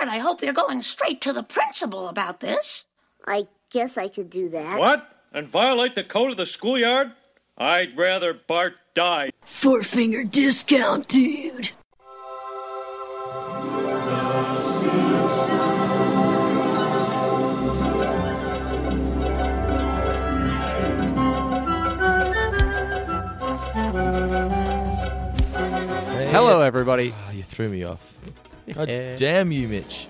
and I hope you're going straight to the principal about this. I guess I could do that. What? And violate the code of the schoolyard? I'd rather Bart die. Four finger discount, dude. Hello, everybody. Ah, you threw me off. God damn you, Mitch.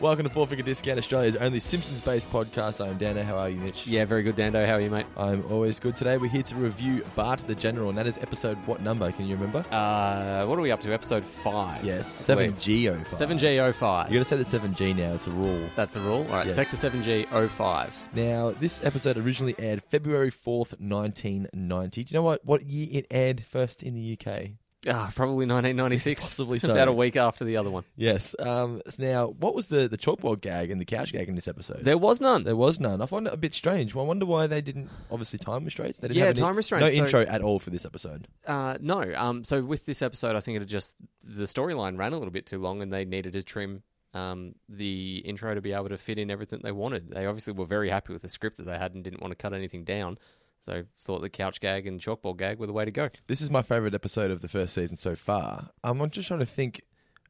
Welcome to Four Figure Discount, Australia's only Simpsons based podcast. I am Dana. How are you, Mitch? Yeah, very good, Dando. How are you, mate? I'm always good. Today we're here to review Bart the General, and that is episode what number? Can you remember? Uh, what are we up to? Episode five. yes, 7G05. 7G 05. You gotta say the 7G now, it's a rule. That's the rule. All right, Yes. Sector oh 7G 05. Now, this episode originally aired February 4th, 1990. Do you know what, what year it aired first in the UK? Ah, probably 1996. Possibly so. About a week after the other one. Yes. Um, so now, what was the, the chalkboard gag and the couch gag in this episode? There was none. There was none. I find it a bit strange. Well, I wonder why they didn't. Obviously, time restraints. They didn't Yeah, have any, time restraints, No so- intro at all for this episode. Uh, no. Um, so with this episode, I think it had just the storyline ran a little bit too long, and they needed to trim um, the intro to be able to fit in everything they wanted. They obviously were very happy with the script that they had and didn't want to cut anything down. So thought the couch gag and chalkboard gag were the way to go. This is my favorite episode of the first season so far. Um, I'm just trying to think.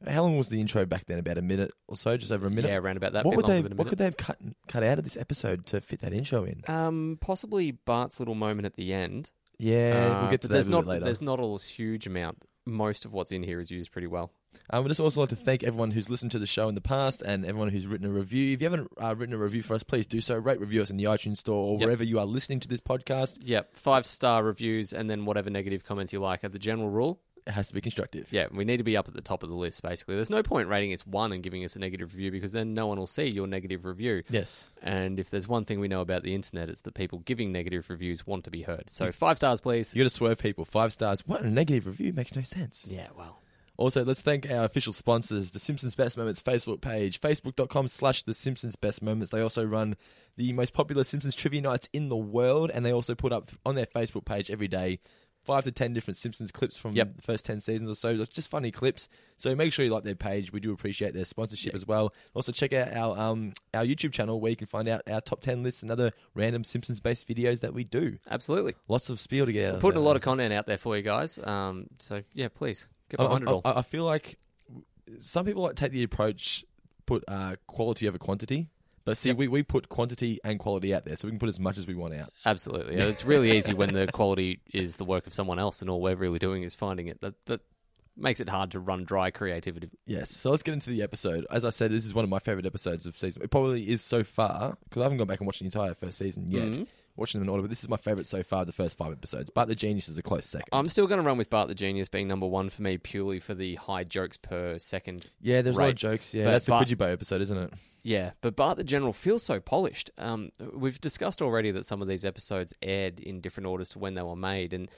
How long was the intro back then? About a minute or so, just over a minute. Yeah, around about that. What bit would longer they? than a What minute. could they have cut cut out of this episode to fit that intro in? Um, possibly Bart's little moment at the end. Yeah, Uh, we'll get to but that there's a little not, bit later. There's not a huge amount. Most of what's in here is used pretty well. I would Um, just also like to thank everyone who's listened to the show in the past and everyone who's written a review. If you haven't uh, written a review for us, please do so. Rate, review us in the iTunes store or Yep. wherever you are listening to this podcast. Yep, five star reviews and then whatever negative comments you like are the general rule. It has to be constructive. Yeah, we need to be up at the top of the list, basically. There's no point rating us one and giving us a negative review because then no one will see your negative review. Yes. And if there's one thing we know about the internet, it's that people giving negative reviews want to be heard. So five stars, please. You got to swerve people. Five stars. What a negative review makes no sense. Yeah, well. Also, let's thank our official sponsors, the Simpsons Best Moments Facebook page, facebook.com slash the Simpsons Best Moments. They also run the most popular Simpsons trivia nights in the world, and they also put up on their Facebook page every day five to ten different Simpsons clips from Yep. the first ten seasons or so. That's just funny clips. So make sure you like their page. We do appreciate their sponsorship as well. Also check out our um our YouTube channel where you can find out our top ten lists and other random Simpsons based videos that we do. Absolutely. Lots of spiel to get out of Putting a that. lot of content out there for you guys. Um, so, yeah, please get I- behind I, it all. I, I feel like some people like take the approach put uh, quality over quantity, but see, we, we put quantity and quality out there, so we can put as much as we want out. Absolutely. Yeah, It's really easy when the quality is the work of someone else and all we're really doing is finding it. That, that makes it hard to run dry creativity. Yes. So let's get into the episode. As I said, this is one of my favorite episodes of season. It probably is so far because I haven't gone back and watched the entire first season yet. Mm-hmm. Watching them in order, but this is my favorite so far. The first five episodes, but the genius is a close second. I'm still going to run with Bart the Genius being number one for me purely for the high jokes per second. yeah, there's a lot Right. of jokes. Yeah, But- that's the but- Fujibo episode, isn't it? Yeah, but Bart the General feels so polished. Um, we've discussed already that some of these episodes aired in different orders to when they were made, and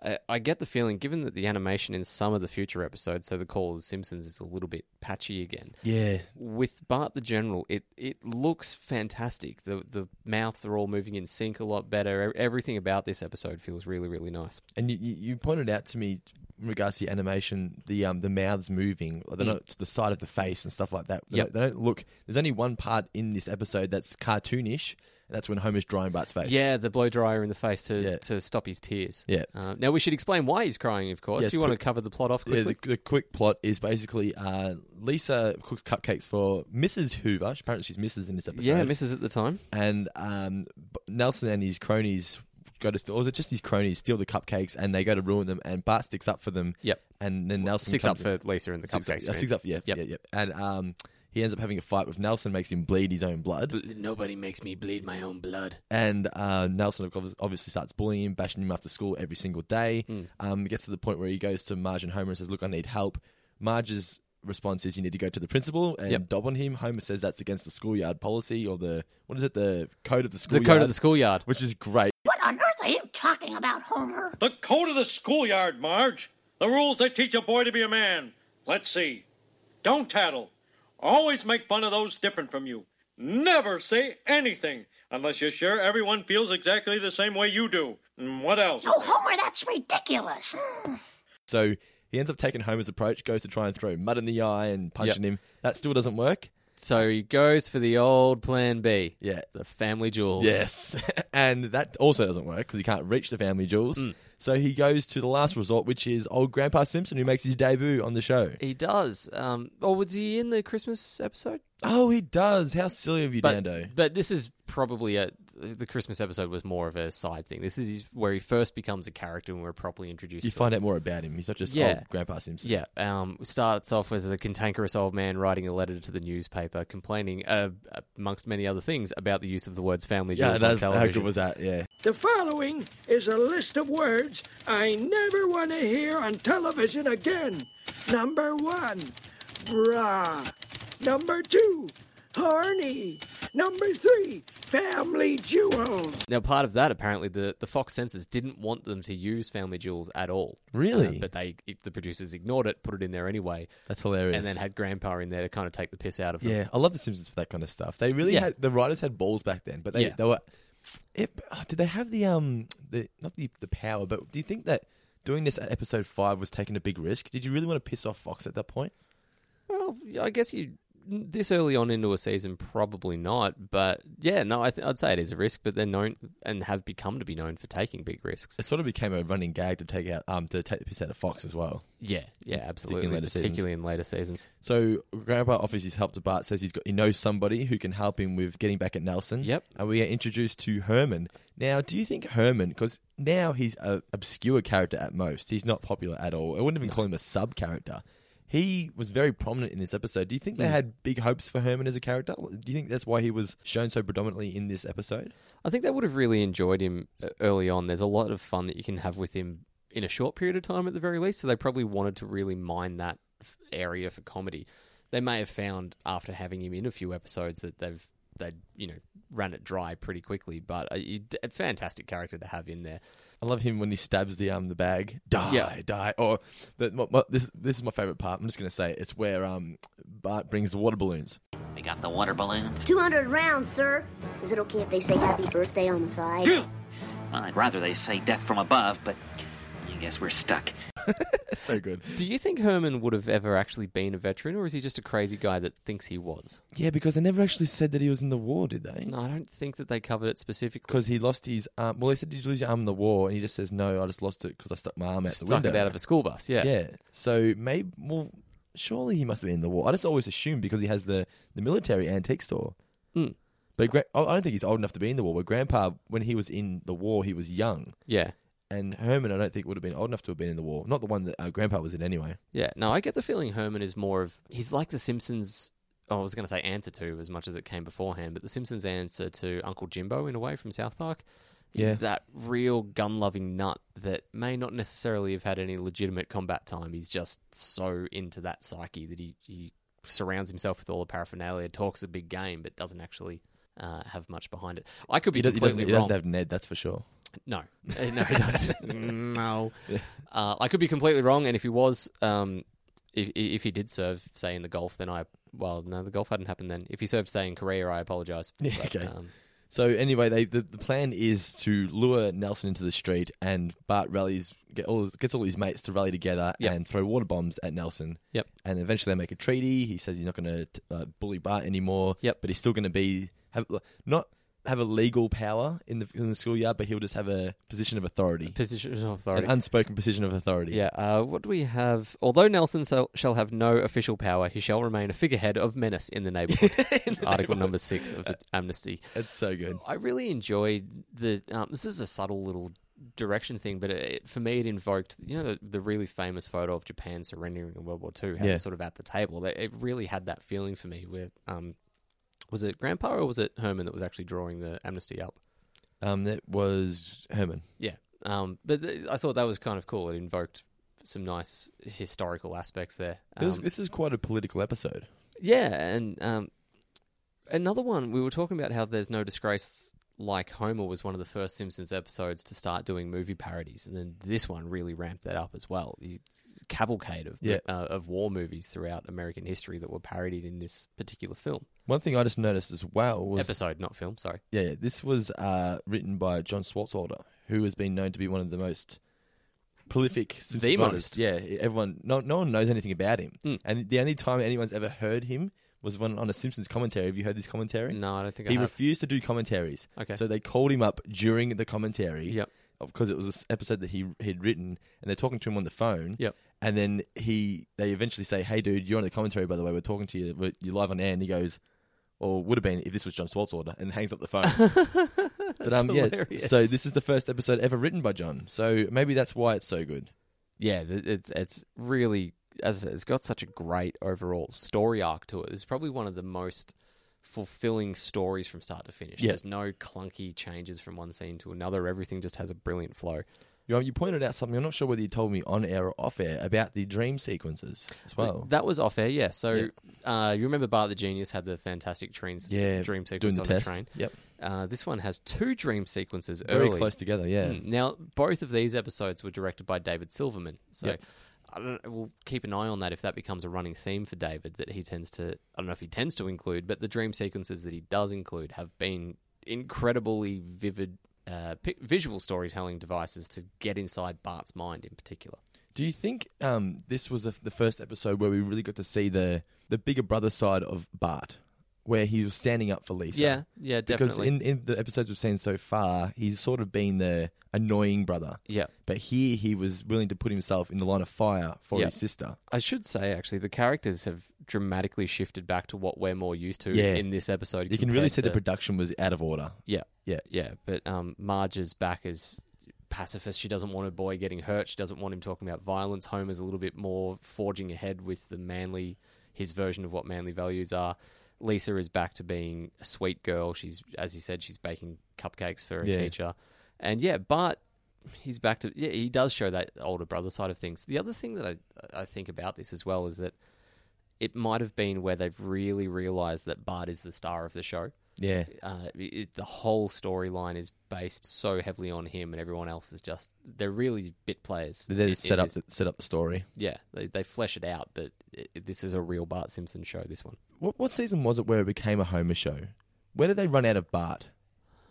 I, I get the feeling, given that the animation in some of the future episodes, so the Call of the Simpsons, is a little bit patchy again. Yeah, with Bart the General, it, it looks fantastic. The the mouths are all moving in sync a lot better. E- Everything about this episode feels really really nice. And you, you you pointed out to me in regards to the animation, the um the mouths moving, or they're not to the side of the face and stuff like that. They, Mm. Yep. don't, they don't look. There's only one part in this episode that's cartoonish, and that's when Homer's drying Bart's face. Yeah, the blow dryer in the face to Yeah. to stop his tears. Yeah. Uh, now we should explain why he's crying. Of course, Yes, do you want quick- to cover the plot off Yeah, quickly? the, the quick plot is basically uh, Lisa cooks cupcakes for Mrs. Hoover. Apparently, she's Mrs. in this episode. yeah, misses at the time. and um, B- Nelson and his cronies go to steal, or is it just his cronies steal the cupcakes and they go to ruin them, and Bart sticks up for them. Yep. And then Nelson Six up comes- for Lisa in the Six up, cupcakes. yeah, man. six up, yeah, Yep. yeah, yeah. And um, he ends up having a fight with Nelson, makes him bleed his own blood, Bl- Nobody makes me bleed my own blood. and uh, Nelson ob- obviously starts bullying him, bashing him after school every single day. Hmm. Um, it gets to the point where he goes to Marge and Homer and says, "Look, I need help." Marge's response is, "You need to go to the principal and Yep. dob on him." Homer says that's against the schoolyard policy or the what is it, the code of the The schoolyard, code of the schoolyard. which is great. What on earth are you talking about, Homer? The code of the schoolyard, Marge. The rules that teach a boy to be a man. Let's see. Don't tattle. Always make fun of those different from you. Never say anything unless you're sure everyone feels exactly Oh, the same way you do. And Mm, what else? Hmm. No, Homer, that's ridiculous. So He ends up taking Homer's approach, goes to try and throw mud in the eye and punching him. That still doesn't work. So he goes for the old plan B. Yeah. The family jewels. Yes. and that also doesn't work because he can't reach the family jewels. Hmm. So he goes to the last resort, which is old Grandpa Simpson, who makes his debut on the show. He does. Um, oh, was he in the Christmas episode? Oh, he does. How silly of you, But, Dando. but this is probably a. The Christmas episode was more of a side thing. This is his- where he first becomes a character and we're properly introduced You to him. find out more about him. He's not just Yeah. old Grandpa Simpson. Yeah, um, starts off as a cantankerous old man writing a letter to the newspaper, complaining, uh, amongst many other things, about the use of the words "family Yeah, jewels" on that's, how television. good was that? Yeah. The following is a list of words I never want to hear on television again. Number one, bra. Number two, horny. Number three, family jewels. now, part of that apparently, the the Fox censors didn't want them to use "family jewels" at all, Uh, Really? but they it- the producers ignored it, put it in there anyway, That's hilarious. and then had Grandpa in there to kind of take the piss out of them. yeah, I love The Simpsons for that kind of stuff. They really Yeah. had the writers had balls back then, but they, Yeah. they were. It, oh, did they have the um the not the the power? But do you think that doing this at episode five was taking a big risk? Did you really want to piss off Fox at that point? Well, I guess you this early on into a season probably not, but yeah, no, I th- I'd say it is a risk, but they're known and have become to be known for taking big risks. It sort of became a running gag to take out um to take the piss out of Fox as well. Yeah, yeah, absolutely. later seasons. particularly in later seasons. So Grandpa offers his help to Bart, says he's got he knows somebody who can help him with getting back at Nelson. Yep. And we are introduced to Herman. Now, do you think Herman? Because now he's a obscure character at most. He's not popular at all. I wouldn't even call him a sub character. He was very prominent in this episode. Do you think they had big hopes for Herman as a character? Do you think that's why he was shown so predominantly in this episode? I think they would have really enjoyed him uh, early on. There's a lot of fun that you can have with him in a short period of time at the very least, so they probably wanted to really mine that f- area for comedy. They may have found after having him in a few episodes that they've they you know ran it dry pretty quickly, but a, a fantastic character to have in there. I love him when he stabs the um the bag. Die, Yeah. die. Or the, my, my, this this is my favorite part. I'm just gonna say it. it's where um Bart brings the water balloons. We got the water balloons. 200 rounds, sir. Is it okay if they say happy birthday on the side? Well, I'd rather they say death from above, but I guess we're stuck. so good. Do you think Herman would have ever actually been a veteran, or is he just a crazy guy that thinks he was? Yeah, because they never actually said that he was in the war, did they? No, I don't think that they covered it specifically. Because he lost his arm. Well, they said, "Did you lose your arm in the war?" And he just says, "No, I just lost it because I stuck my arm out the Stuck window." it out of a school bus, yeah. yeah. So maybe, well, surely he must have been in the war. I just always assumed because he has the the military antique store. Hmm. But gra- I I don't think he's old enough to be in the war. But Grandpa, when he was in the war, he was young, Yeah. and Herman, I don't think would have been old enough to have been in the war. Not the one that uh, Grandpa was in, anyway. Yeah, no, I get the feeling Herman is more of he's like the Simpsons. Oh, I was going to say answer to as much as it came beforehand, but the Simpsons answer to Uncle Jimbo in a way from South Park. He's Yeah. that real gun-loving nut that may not necessarily have had any legitimate combat time. He's just so into that psyche that he he surrounds himself with all the paraphernalia, talks a big game, but doesn't actually. Uh, have much behind it. I could be He, does, he, doesn't, completely he wrong. doesn't have Ned, that's for sure. No, Uh, no, he doesn't. no, uh, I could be completely wrong. And if he was, um, if if he did serve, say in the Gulf, then I well, no, the Gulf hadn't happened then. If he served, say in Korea, I apologize. um, Yeah, okay. So anyway, they the, the plan is to lure Nelson into the street, and Bart rallies get all gets all his mates to rally together Yep. and throw water bombs at Nelson. Yep. And eventually they make a treaty. He says he's not going to uh, bully Bart anymore. Yep. But he's still going to be have not have a legal power in the in the schoolyard, but he'll just have a position of authority, position of authority. an unspoken position of authority. yeah. Uh, what do we have? Although Nelson shall- shall have no official power, he shall remain a figurehead of menace in the neighborhood. Article number six of the amnesty. It's so good. I really enjoyed the. Um, this is a subtle little direction thing, but it, it- for me, it invoked you know the, the really famous photo of Japan surrendering in World War Two, how Yeah. they're sort of at the table. They- It really had that feeling for me. Where um, was it Grandpa or was it Herman that was actually drawing the amnesty up? Um, that was Herman. Yeah. Um, but th- I thought that was kind of cool. It invoked some nice historical aspects there. This Um, this is quite a political episode. Yeah, and um, another one we were talking about how there's no disgrace like Homer was one of the first Simpsons episodes to start doing movie parodies, and then this one really ramped that up as well. You, cavalcade of Yeah. uh, of war movies throughout American history that were parodied in this particular film One thing I just noticed as well was episode, not film. Sorry. Yeah, yeah. this was uh, written by John Swartzwelder, who has been known to be one of the most prolific Simpsons The writers. most. Hmm. Yeah, everyone. No, no one knows anything about him, and the only time anyone's ever heard him was when on a Simpsons commentary. Have you heard this commentary? No, I don't think I He have. refused to do commentaries. Okay. So they called him up during the commentary. Yep. Because it was this episode that he he'd written, and they're talking to him on the phone. Yep. And then he they eventually say, "Hey, dude, you're on the commentary. By the way, we're talking to you. We're, you're live on air." And he goes, "Or would have been if this was John Swartzwelder," and hangs up the phone. but um, yeah. hilarious. So this is the first episode ever written by John. So maybe that's why it's so good. yeah, th- it's it's really as I said, it's got such a great overall story arc to it. It's probably one of the most fulfilling stories from start to finish. Yeah. There's no clunky changes from one scene to another. Everything just has a brilliant flow. You, you pointed out something. I'm not sure whether you told me on air or off air about the dream sequences as well. That was off air, yeah. So Uh, you remember Bart the Genius had the fantastic dream, yeah, dream doing sequence the on test. the train. Yep, Uh, this one has two dream sequences very early. close together. Yeah, Mm. Now, both of these episodes were directed by David Silverman. So Yep. I don't know, we'll keep an eye on that if that becomes a running theme for David that he tends to, I don't know if he tends to include, but the dream sequences that he does include have been incredibly vivid uh, pic- visual storytelling devices to get inside Bart's mind in particular. Do you think um, this was the the first episode where we really got to see the the bigger brother side of Bart, where he was standing up for Lisa? yeah, yeah, because definitely. in, in the episodes we've seen so far, he's sort of been the annoying brother, yeah. but here he was willing to put himself in the line of fire for Yeah. his sister. I should say actually, the characters have dramatically shifted back to what we're more used to Yeah. in this episode. You can really compared see the to- production was out of order. Yeah. Yeah. Yeah. But um, Marge is back as pacifist. She doesn't want her boy getting hurt. She doesn't want him talking about violence. Homer's a little bit more forging ahead with the manly, his version of what manly values are. Lisa is back to being a sweet girl. She's, as you said, she's baking cupcakes for her Yeah. teacher. And yeah, Bart, he's back to, yeah, he does show that older brother side of things. The other thing that I, I think about this as well is that it might have been where they've really realized that Bart is the star of the show Yeah, uh, it, the whole storyline is based so heavily on him, and everyone else is just they're really bit players. they in- just in set up this. the, set up the story. yeah, they, they flesh it out, but it, it- this is a real Bart Simpson show. This one, What what season was it where it became a Homer show? Where did they run out of Bart?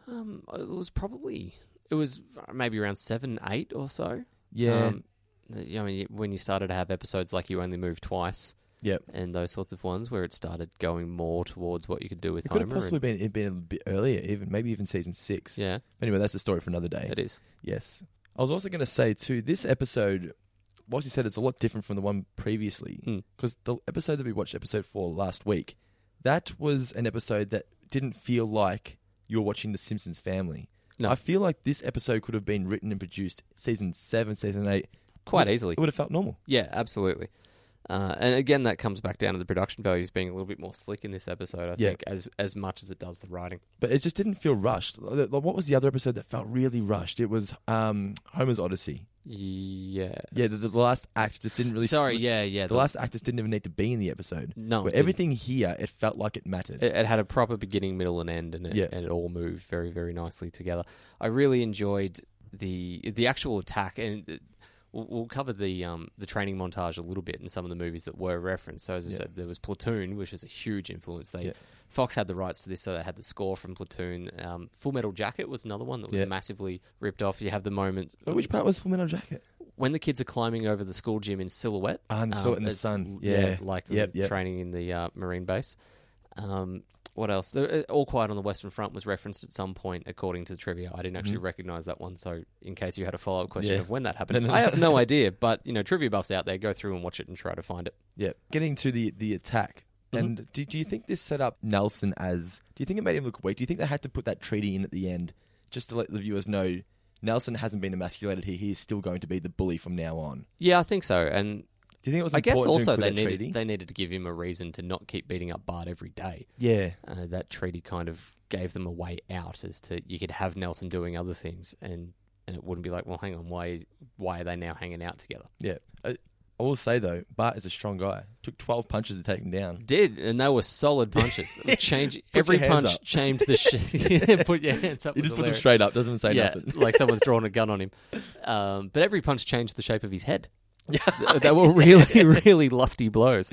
um, it was probably it was maybe around seven, eight or so. Yeah, Um, I mean, when you started to have episodes like you only move twice yep. and those sorts of ones, where it started going more towards what you could do with It could Homer. have possibly and- been it been a bit earlier, even maybe even season six. yeah, Anyway, that's a story for another day. it is. Yes. I was also going to say too, this episode, whilst you said it's a lot different from the one Hmm. previously, because the episode that we watched, episode four last week, that was an episode that didn't feel like you're watching The Simpsons Family. No. I feel like this episode could have been written and produced season seven, season eight, Quite It would- easily. It would have felt normal. Yeah, absolutely. Uh, and again, that comes back down to the production values being a little bit more slick in this episode. I Yeah. think as as much as it does the writing. but it just didn't feel rushed. Like, What was the other episode that felt really rushed? It was um, Homer's Odyssey. Yeah. Yeah, the, the last act just didn't really. Sorry. Yeah. Yeah. the, last act just didn't even need to be in the episode. No, it but didn't. everything here, it felt like it mattered. It, it had a proper beginning, middle, and end, and it, Yeah. and it all moved very, very nicely together. I really enjoyed the the actual attack, and it- we'll, we'll cover the um, the training montage a little bit in some of the movies that were referenced. So as I Yeah. said, there was Platoon, which is a huge influence. They Yeah. Fox had the rights to this, so they had the score from Platoon. Um, Full Metal Jacket was another one that was Yeah. massively ripped off. You have the moment but which part was Full Metal Jacket? when the kids are climbing over the school gym in silhouette um, Ah, and the silhouette in the it's- sun. Yeah. like Yep, the yep. training in the uh, marine base. Um, what else? The, uh, All Quiet on the Western Front was referenced at some point, according to the trivia. I didn't actually recognize that one, so in case you had a follow up question Mm-hmm. Yeah. of when that happened, No, no, I no. have no idea. But you know, trivia buffs out there, go through and watch it and try to find it. Yeah, getting to the the attack. Mhm. And do, do you think this set up Nelson as? Do you think it made him look weak? Do you think they had to put that treaty in at the end just to let the viewers know Nelson hasn't been emasculated here? He is still going to be the bully from now on. Yeah, I think so. And Do you think it was? I guess important to also include they that needed treaty? they needed to give him a reason to not keep beating up Bart every day. yeah, uh, that treaty kind of gave them a way out as to you could have Nelson doing other things and and it wouldn't be like, well, hang on, why is, why are they now hanging out together? yeah. I, I will say though, Bart is a strong guy. Took twelve punches to take him down. Did and they were solid punches. Change every your hands punch up. changed the shit. put your hands up. He was just puts him hilarious. straight up, doesn't even say yeah, nothing. like someone's drawn a gun on him. Um, but every punch changed the shape of his head. Yeah, they were really, really lusty blows.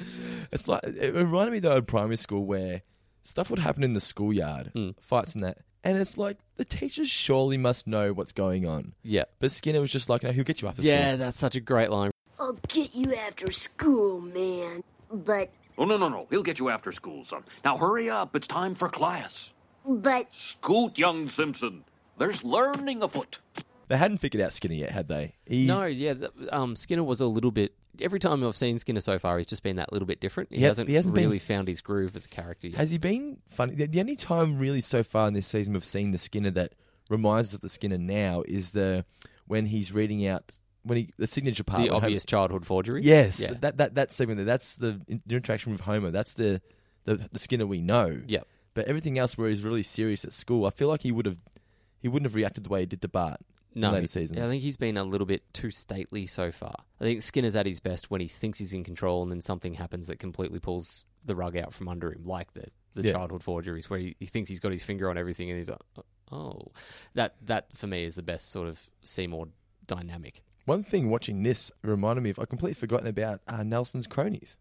It's Hmm. like it reminded me though of primary school where stuff would happen in the schoolyard, fights and that, And it's like the teachers surely must know what's going on. Yeah. But Skinner was just like, no, he'll get you after Yeah, school. that's such a great line. I'll get you after school, man. But, Oh, no, no, no. He'll get you after school, son. Now hurry up. It's time for class. but, Scoot, young Simpson. There's learning afoot. They hadn't figured out Skinner yet, had they? He, No, yeah, th- um, Skinner was a little bit. Every time I've seen Skinner so far, he's just been that little bit different. He, He ha- hasn't, he hasn't been- really found his groove as a character yet. Has he been funny? The, the only time really so far in this season we've seen the Skinner that reminds us of the Skinner now is the when he's reading out when he the signature part. the when Homer- obvious childhood forgery. yes, Yeah. that that that segment there. That's the, in- the interaction with Homer. That's the, the the Skinner we know. Yep. But everything else where he's really serious at school, I feel like he would have he wouldn't have reacted the way he did to Bart. no, in later he- seasons. I think he's been a little bit too stately so far. I think Skinner's at his best when he thinks he's in control, and then something happens that completely pulls the rug out from under him, like the the Yeah. childhood forgeries, where he, he thinks he's got his finger on everything, and he's like, oh, that that for me is the best sort of Seymour dynamic. One thing watching this reminded me of I completely forgotten about uh, Nelson's cronies.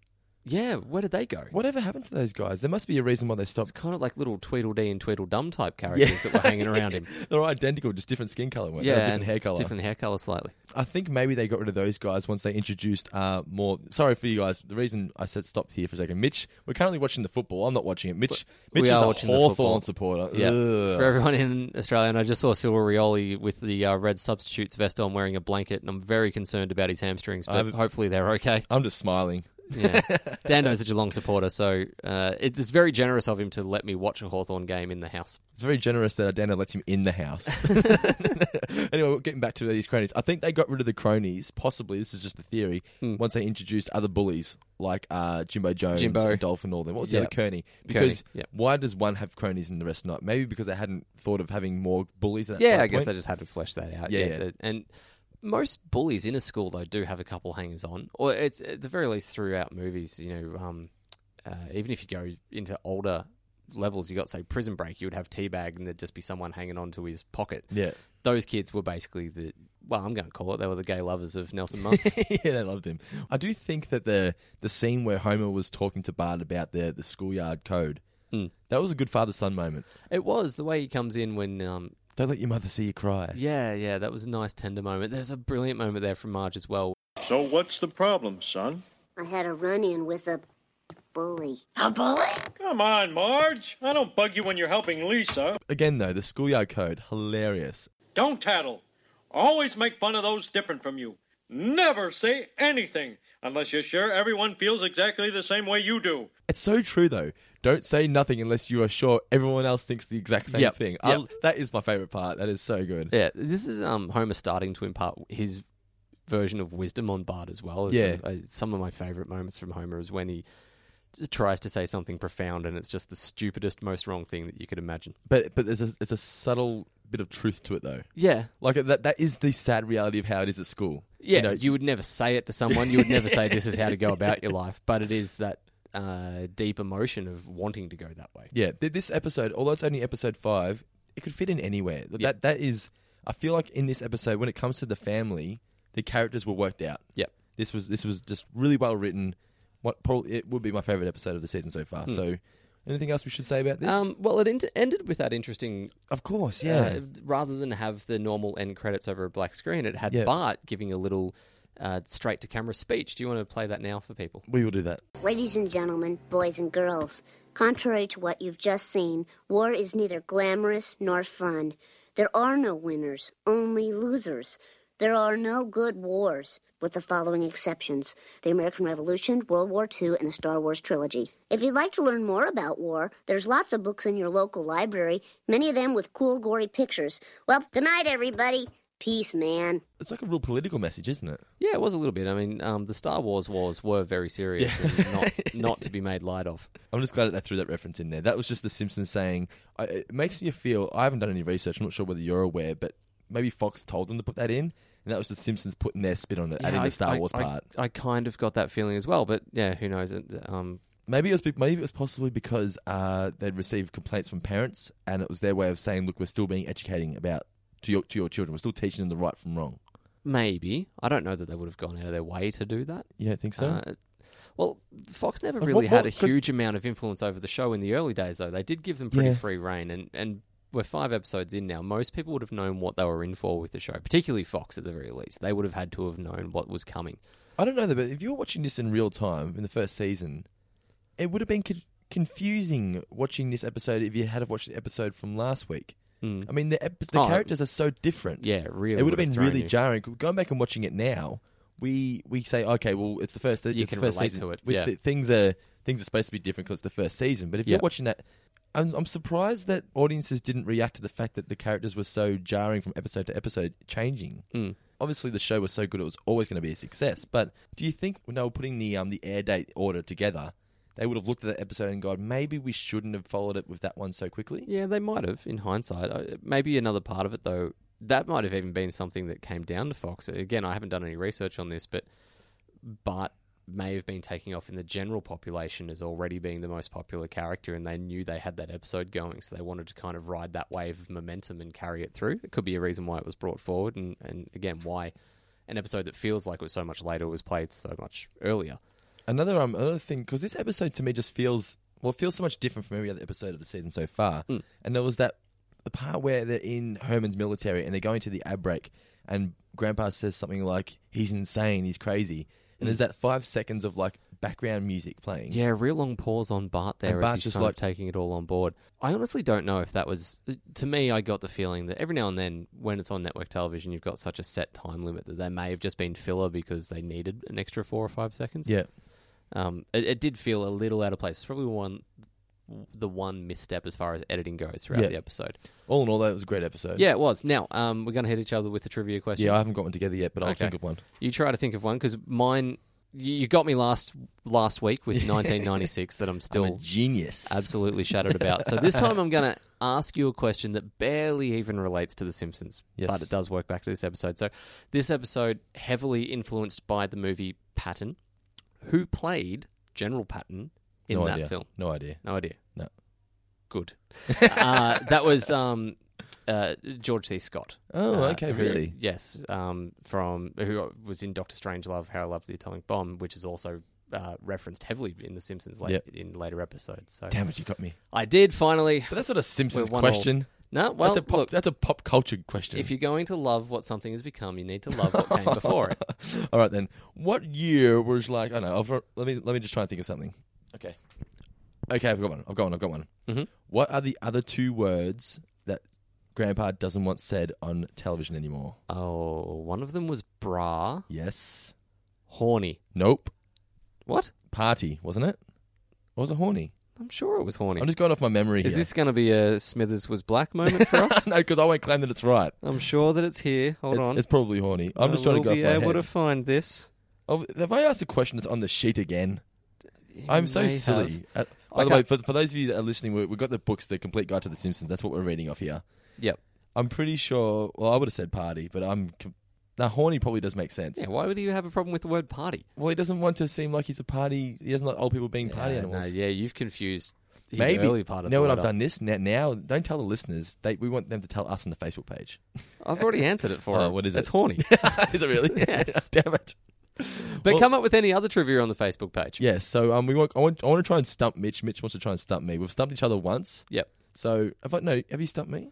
Yeah, where did they go? Whatever happened to those guys? There must be a reason why they stopped. It's kind of like little Tweedledee and Tweedledum type characters that were hanging around him. They're identical, just different skin color. Yeah, different and hair color. different hair color slightly. I think maybe they got rid of those guys once they introduced uh, more. Sorry for you guys. The reason I said stopped here for a second, Mitch. We're currently watching the football. I'm not watching it. Mitch, We Mitch is are a watching the football. Hawthorn supporter. Yeah, Ugh. for everyone in Australia, and I just saw Silver Rioli with the uh, red substitutes vest on, wearing a blanket, and I'm very concerned about his hamstrings. But haven't- hopefully they're okay. I'm just smiling. Yeah, Dan knows a Geelong supporter, so uh, it's very generous of him to let me watch a Hawthorn game in the house. It's very generous that Adana lets him in the house. anyway, getting back to these cronies, I think they got rid of the cronies. Possibly, this is just a theory. Hmm. Once they introduced other bullies like uh, Jimbo Jones, Jimbo. and Dolphin, all them. What was Yeah. the other Kearney? Because yeah. why does one have cronies and the rest not? Maybe because they hadn't thought of having more bullies. At that Yeah, I point. guess they just had to flesh that out. Yeah, yeah. that- and most bullies in a school though do have a couple hangers on, or it's at the very least throughout movies. You know, um, uh, even if you go into older levels, you got say Prison Break, you would have teabag, and there'd just be someone hanging on to his pocket. Yeah. those kids were basically the well, I'm going to call it. They were the gay lovers of Nelson Muntz. yeah, they loved him. I do think that the the scene where Homer was talking to Bart about the the schoolyard code, Hmm. that was a good father son moment. it was the way he comes in when um, Don't let your mother see you cry. Yeah, yeah, that was a nice tender moment. There's a brilliant moment there from Marge as well. So what's the problem, son? I had a run in with a bully. A bully? Come on, Marge. I don't bug you when you're helping Lisa. Again, though, the schoolyard code hilarious. Don't tattle. Always make fun of those different from you. Never say anything unless you're sure everyone feels exactly the same way you do. It's so true though. Don't say nothing unless you are sure everyone else thinks the exact same Yep, thing. yep. I, that is my favorite part. That is so good. Yeah, this is um, Homer starting to impart his version of wisdom on Bart as well. It's Yeah. Some, uh, some of my favorite moments from Homer is when he just tries to say something profound and it's just the stupidest, most wrong thing that you could imagine. But but there's a it's a subtle bit of truth to it though. Yeah. Like that that is the sad reality of how it is at school. Yeah, You know, would never say it to someone. You would never say this is how to go about your life, but it is that uh, deep emotion of wanting to go that way. Yeah, th- this episode, although it's only episode five, it could fit in anywhere. Th- That that is, I feel like in this episode, when it comes to the family, the characters were worked out. Yep. this was this was just really well written. What probably it would be my favorite episode of the season so far. So, anything else we should say about this? Hmm. Um, well, it ent- ended with that interesting of course, uh, rather than have the normal end credits over a black screen, it had Yeah. Bart giving a little uh, straight to camera speech. Do you want to play that now for people? we will do that. Ladies and gentlemen, boys and girls, contrary to what you've just seen, war is neither glamorous nor fun. There are no winners, only losers. There are no good wars, with the following exceptions the American Revolution, World War II, and the Star Wars trilogy. If you'd like to learn more about war, there's lots of books in your local library, many of them with cool, gory pictures. Well, good night, everybody. Peace, man. It's like a real political message, isn't it? Yeah, it was a little bit. I mean, um, the Star Wars wars were very serious and not, not to be made light of. I'm just glad that they threw that reference in there. That was just The Simpsons saying. I, it makes me feel. I haven't done any research. I'm not sure whether you're aware, but maybe Fox told them to put that in, and that was The Simpsons putting their spin on it, adding Yeah, I- the Star I- Wars I- part. I, kind of got that feeling as well, but yeah, who knows? It- Um, Maybe it was be- maybe it was possibly because uh, they'd received complaints from parents, and it was their way of saying, "Look, we're still being educating about to your to your children. We're still teaching them the right from wrong." maybe. I don't know that they would have gone out of their way to do that. You don't think so? Uh, well, Fox never Like, really what- had what- a 'cause- huge amount of influence over the show in the early days, though. They did give them pretty Yeah. free reign, and, and we're five episodes in now. Most people would have known what they were in for with the show, particularly Fox at the very least. They would have had to have known what was coming. I don't know, though, but if you were watching this in real time in the first season, it would have been con- confusing watching this episode if you had have watched the episode from last week. I mean, the, ep- the Oh, characters are so different. Yeah, it really. it would have been thrown really you. jarring. Going back and watching it now, we we say, okay, well, it's the first. You it's can the first relate season. to it, We- yeah. th- things are things are supposed to be different because it's the first season. But if Yeah. you're watching that, I'm, I'm surprised that audiences didn't react to the fact that the characters were so jarring from episode to episode, changing. Hmm. Obviously, the show was so good; it was always going to be a success. But do you think when they were putting the um the air date order together, they would have looked at that episode and gone, maybe we shouldn't have followed it with that one so quickly? Yeah, they might have in hindsight. Uh, Maybe another part of it though. That might have even been something that came down to Fox. Again, I haven't done any research on this, but Bart may have been taking off in the general population as already being the most popular character, and they knew they had that episode going, so they wanted to kind of ride that wave of momentum and carry it through. It could be a reason why it was brought forward, and, and again, why an episode that feels like it was so much later was played so much earlier. Another um another thing because this episode to me just feels well it feels so much different from every other episode of the season so far. Hmm. And there was that the part where they're in Herman's military and they're going to the ad break, and Grandpa says something like he's insane, he's crazy, and there's that five seconds of like background music playing. Hmm. Yeah, real long pause on Bart there And as Bart's he's just kind like- of taking it all on board. I honestly don't know if that was to me. I got the feeling that every now and then, when it's on network television, you've got such a set time limit that they may have just been filler because they needed an extra four or five seconds. yeah. Um, it, it did feel a little out of place. It's probably one, the one misstep as far as editing goes throughout Yeah. the episode. All in all, that was a great episode. Yeah, it was. Now um, we're going to hit each other with the trivia question. yeah. I haven't got one together yet, but I'll Okay. think of one. You try to think of one because mine. You you got me last last week with 1996 that I'm still I'm a genius. absolutely shattered about. So this time I'm going to ask you a question that barely even relates to The Simpsons, Yes. but it does work back to this episode. So this episode heavily influenced by the movie Patton. Who played General Patton in no that idea. film? No idea. No idea. No. Good. uh, that was um, uh, George C. Scott. Oh, uh, okay, who- really? Yes, um, from who was in Doctor Strangelove, How I Loved the Atomic Bomb, which is also uh, referenced heavily in The Simpsons late, Yep. in later episodes. So Damn it, you got me. I did finally. But that's not a Simpsons We're one all. question. No, well, that's a pop, look, that's a pop culture question. if you're going to love what something has become, you need to love what came before it. All right then. What year was like? I don't know. I've, let me let me just try and think of something. Okay. Okay, I've got one. I've got one. I've got one. Mhm. What are the other two words that Grandpa doesn't want said on television anymore? Oh, one of them was bra, Yes. horny. Nope. What? Party wasn't it? Or was it horny? I'm sure it was horny. I'm just going off my memory Is here. this going to be a Smithers was black moment for us? no? Because I won't claim that it's right. I'm sure that it's here. Hold It's- on. It's probably horny. I'm just I trying to will go off be my able head. to find this. Oh, have I asked a question that's on the sheet again? I'm so may silly. Uh, by the Okay. way, for, for those of you that are listening, we, we've got the books, The Complete Guide to the Simpsons. That's what we're reading off here. Yep. I'm pretty sure. Well, I would have said party, but I'm. com- Now, horny probably does make sense. Yeah, why would you have a problem with the word party? Well, he doesn't want to seem like he's a party. He doesn't like old people being party Yeah, animals. No, yeah, you've confused his Maybe. early part of you know the what I've letter. done this now, now. Don't tell the listeners. They, we want them to tell us on the Facebook page. I've already answered it for Oh, him. what is it? It's horny. Is it really? Yes. Damn it. But Well- come up with any other trivia on the Facebook page. Yeah. So um, we want. I want. I want to try and stump Mitch. Mitch wants to try and stump me. We've stumped each other once. Yep. So have I? No. Have you stumped me?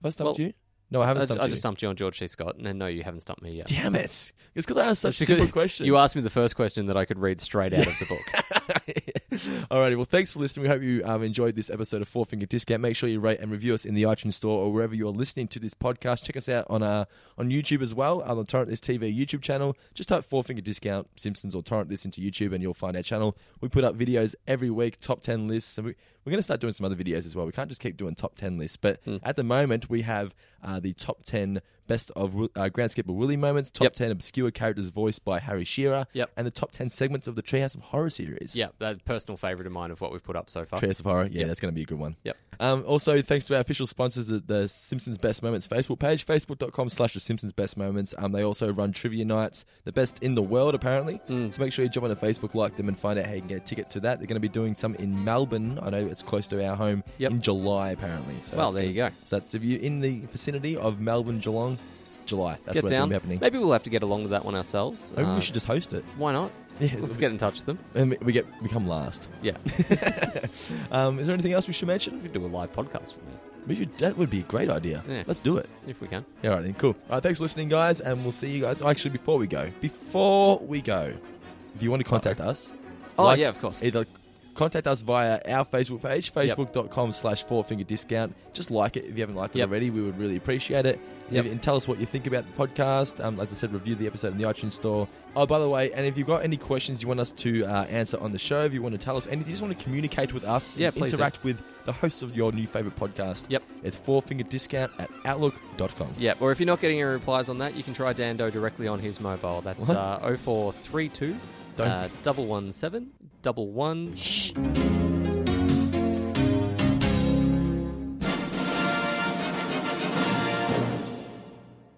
Have I stumped Well, you? No, I haven't I, stumped I you. just stumped you on George C. Scott, and no, you haven't stumped me yet. Damn it! It's because I asked such It's simple because questions. You asked me the first question that I could read straight out of the book. Alrighty, well, thanks for listening. We hope you um, enjoyed this episode of Four Finger Discount. Make sure you rate and review us in the iTunes Store or wherever you're listening to this podcast. Check us out on uh, on YouTube as well, uh, on Torrent This TV YouTube channel. Just type Four Finger Discount Simpsons or Torrent This into YouTube and you'll find our channel. We put up videos every week, top 10 lists. And we, we're going to start doing some other videos as well. We can't just keep doing top 10 lists. But Hmm. at the moment, we have uh, the top 10 best of Wi- uh, Grand Skipper Willie moments, top Yep. 10 obscure characters voiced by Harry Shearer, Yep. and the top 10 segments of the Treehouse of Horror series. yeah, that personal favourite of mine of what we've put up so far. Trace of Horror. Yeah, that's going to be a good one. Yep. Um, also, thanks to our official sponsors, the, the Simpsons Best Moments Facebook page, facebook.com slash the Simpsons Best Moments. Um, they also run trivia nights, the best in the world, apparently. Mm. So make sure you jump onto Facebook, like them, and find out how you can get a ticket to that. They're going to be doing some in Melbourne. I know it's close to our home Yep. in July, apparently. So Well, that's there you gonna- go. So that's if you're in the vicinity of Melbourne, Geelong, July. That's get where down. it's going to be happening. Maybe we'll have to get along to that one ourselves. Maybe Uh, we should just host it. Why not? Yeah, Let's get in touch with them. and we- we get become last. Yeah, Um, is there anything else we should mention? we could do a live podcast from there. We should, that would be a great idea. Yeah. Let's do it. if we can. All right, then, cool. All right, thanks for listening, guys, and we'll see you guys. oh, actually, before we go, before we go, if you want to contact us, Oh, like- yeah, of course. either contact us via our Facebook page, facebook.com slash four finger discount. Just like it if you haven't liked it Yep. already. We would really appreciate it. And Yep. if- And tell us what you think about the podcast. Um, as I said, review the episode in the iTunes store. Oh, by the way, and if you've got any questions you want us to uh, answer on the show, if you want to tell us anything, you just want to communicate with us, Yeah, and please do. interact with the hosts of your new favorite podcast, Yep. it's four finger discount at outlook.com. Yeah, or if you're not getting any replies on that, you can try Dando directly on his mobile. That's oh What? uh, 0432 Don't. uh, 117 11. Shh.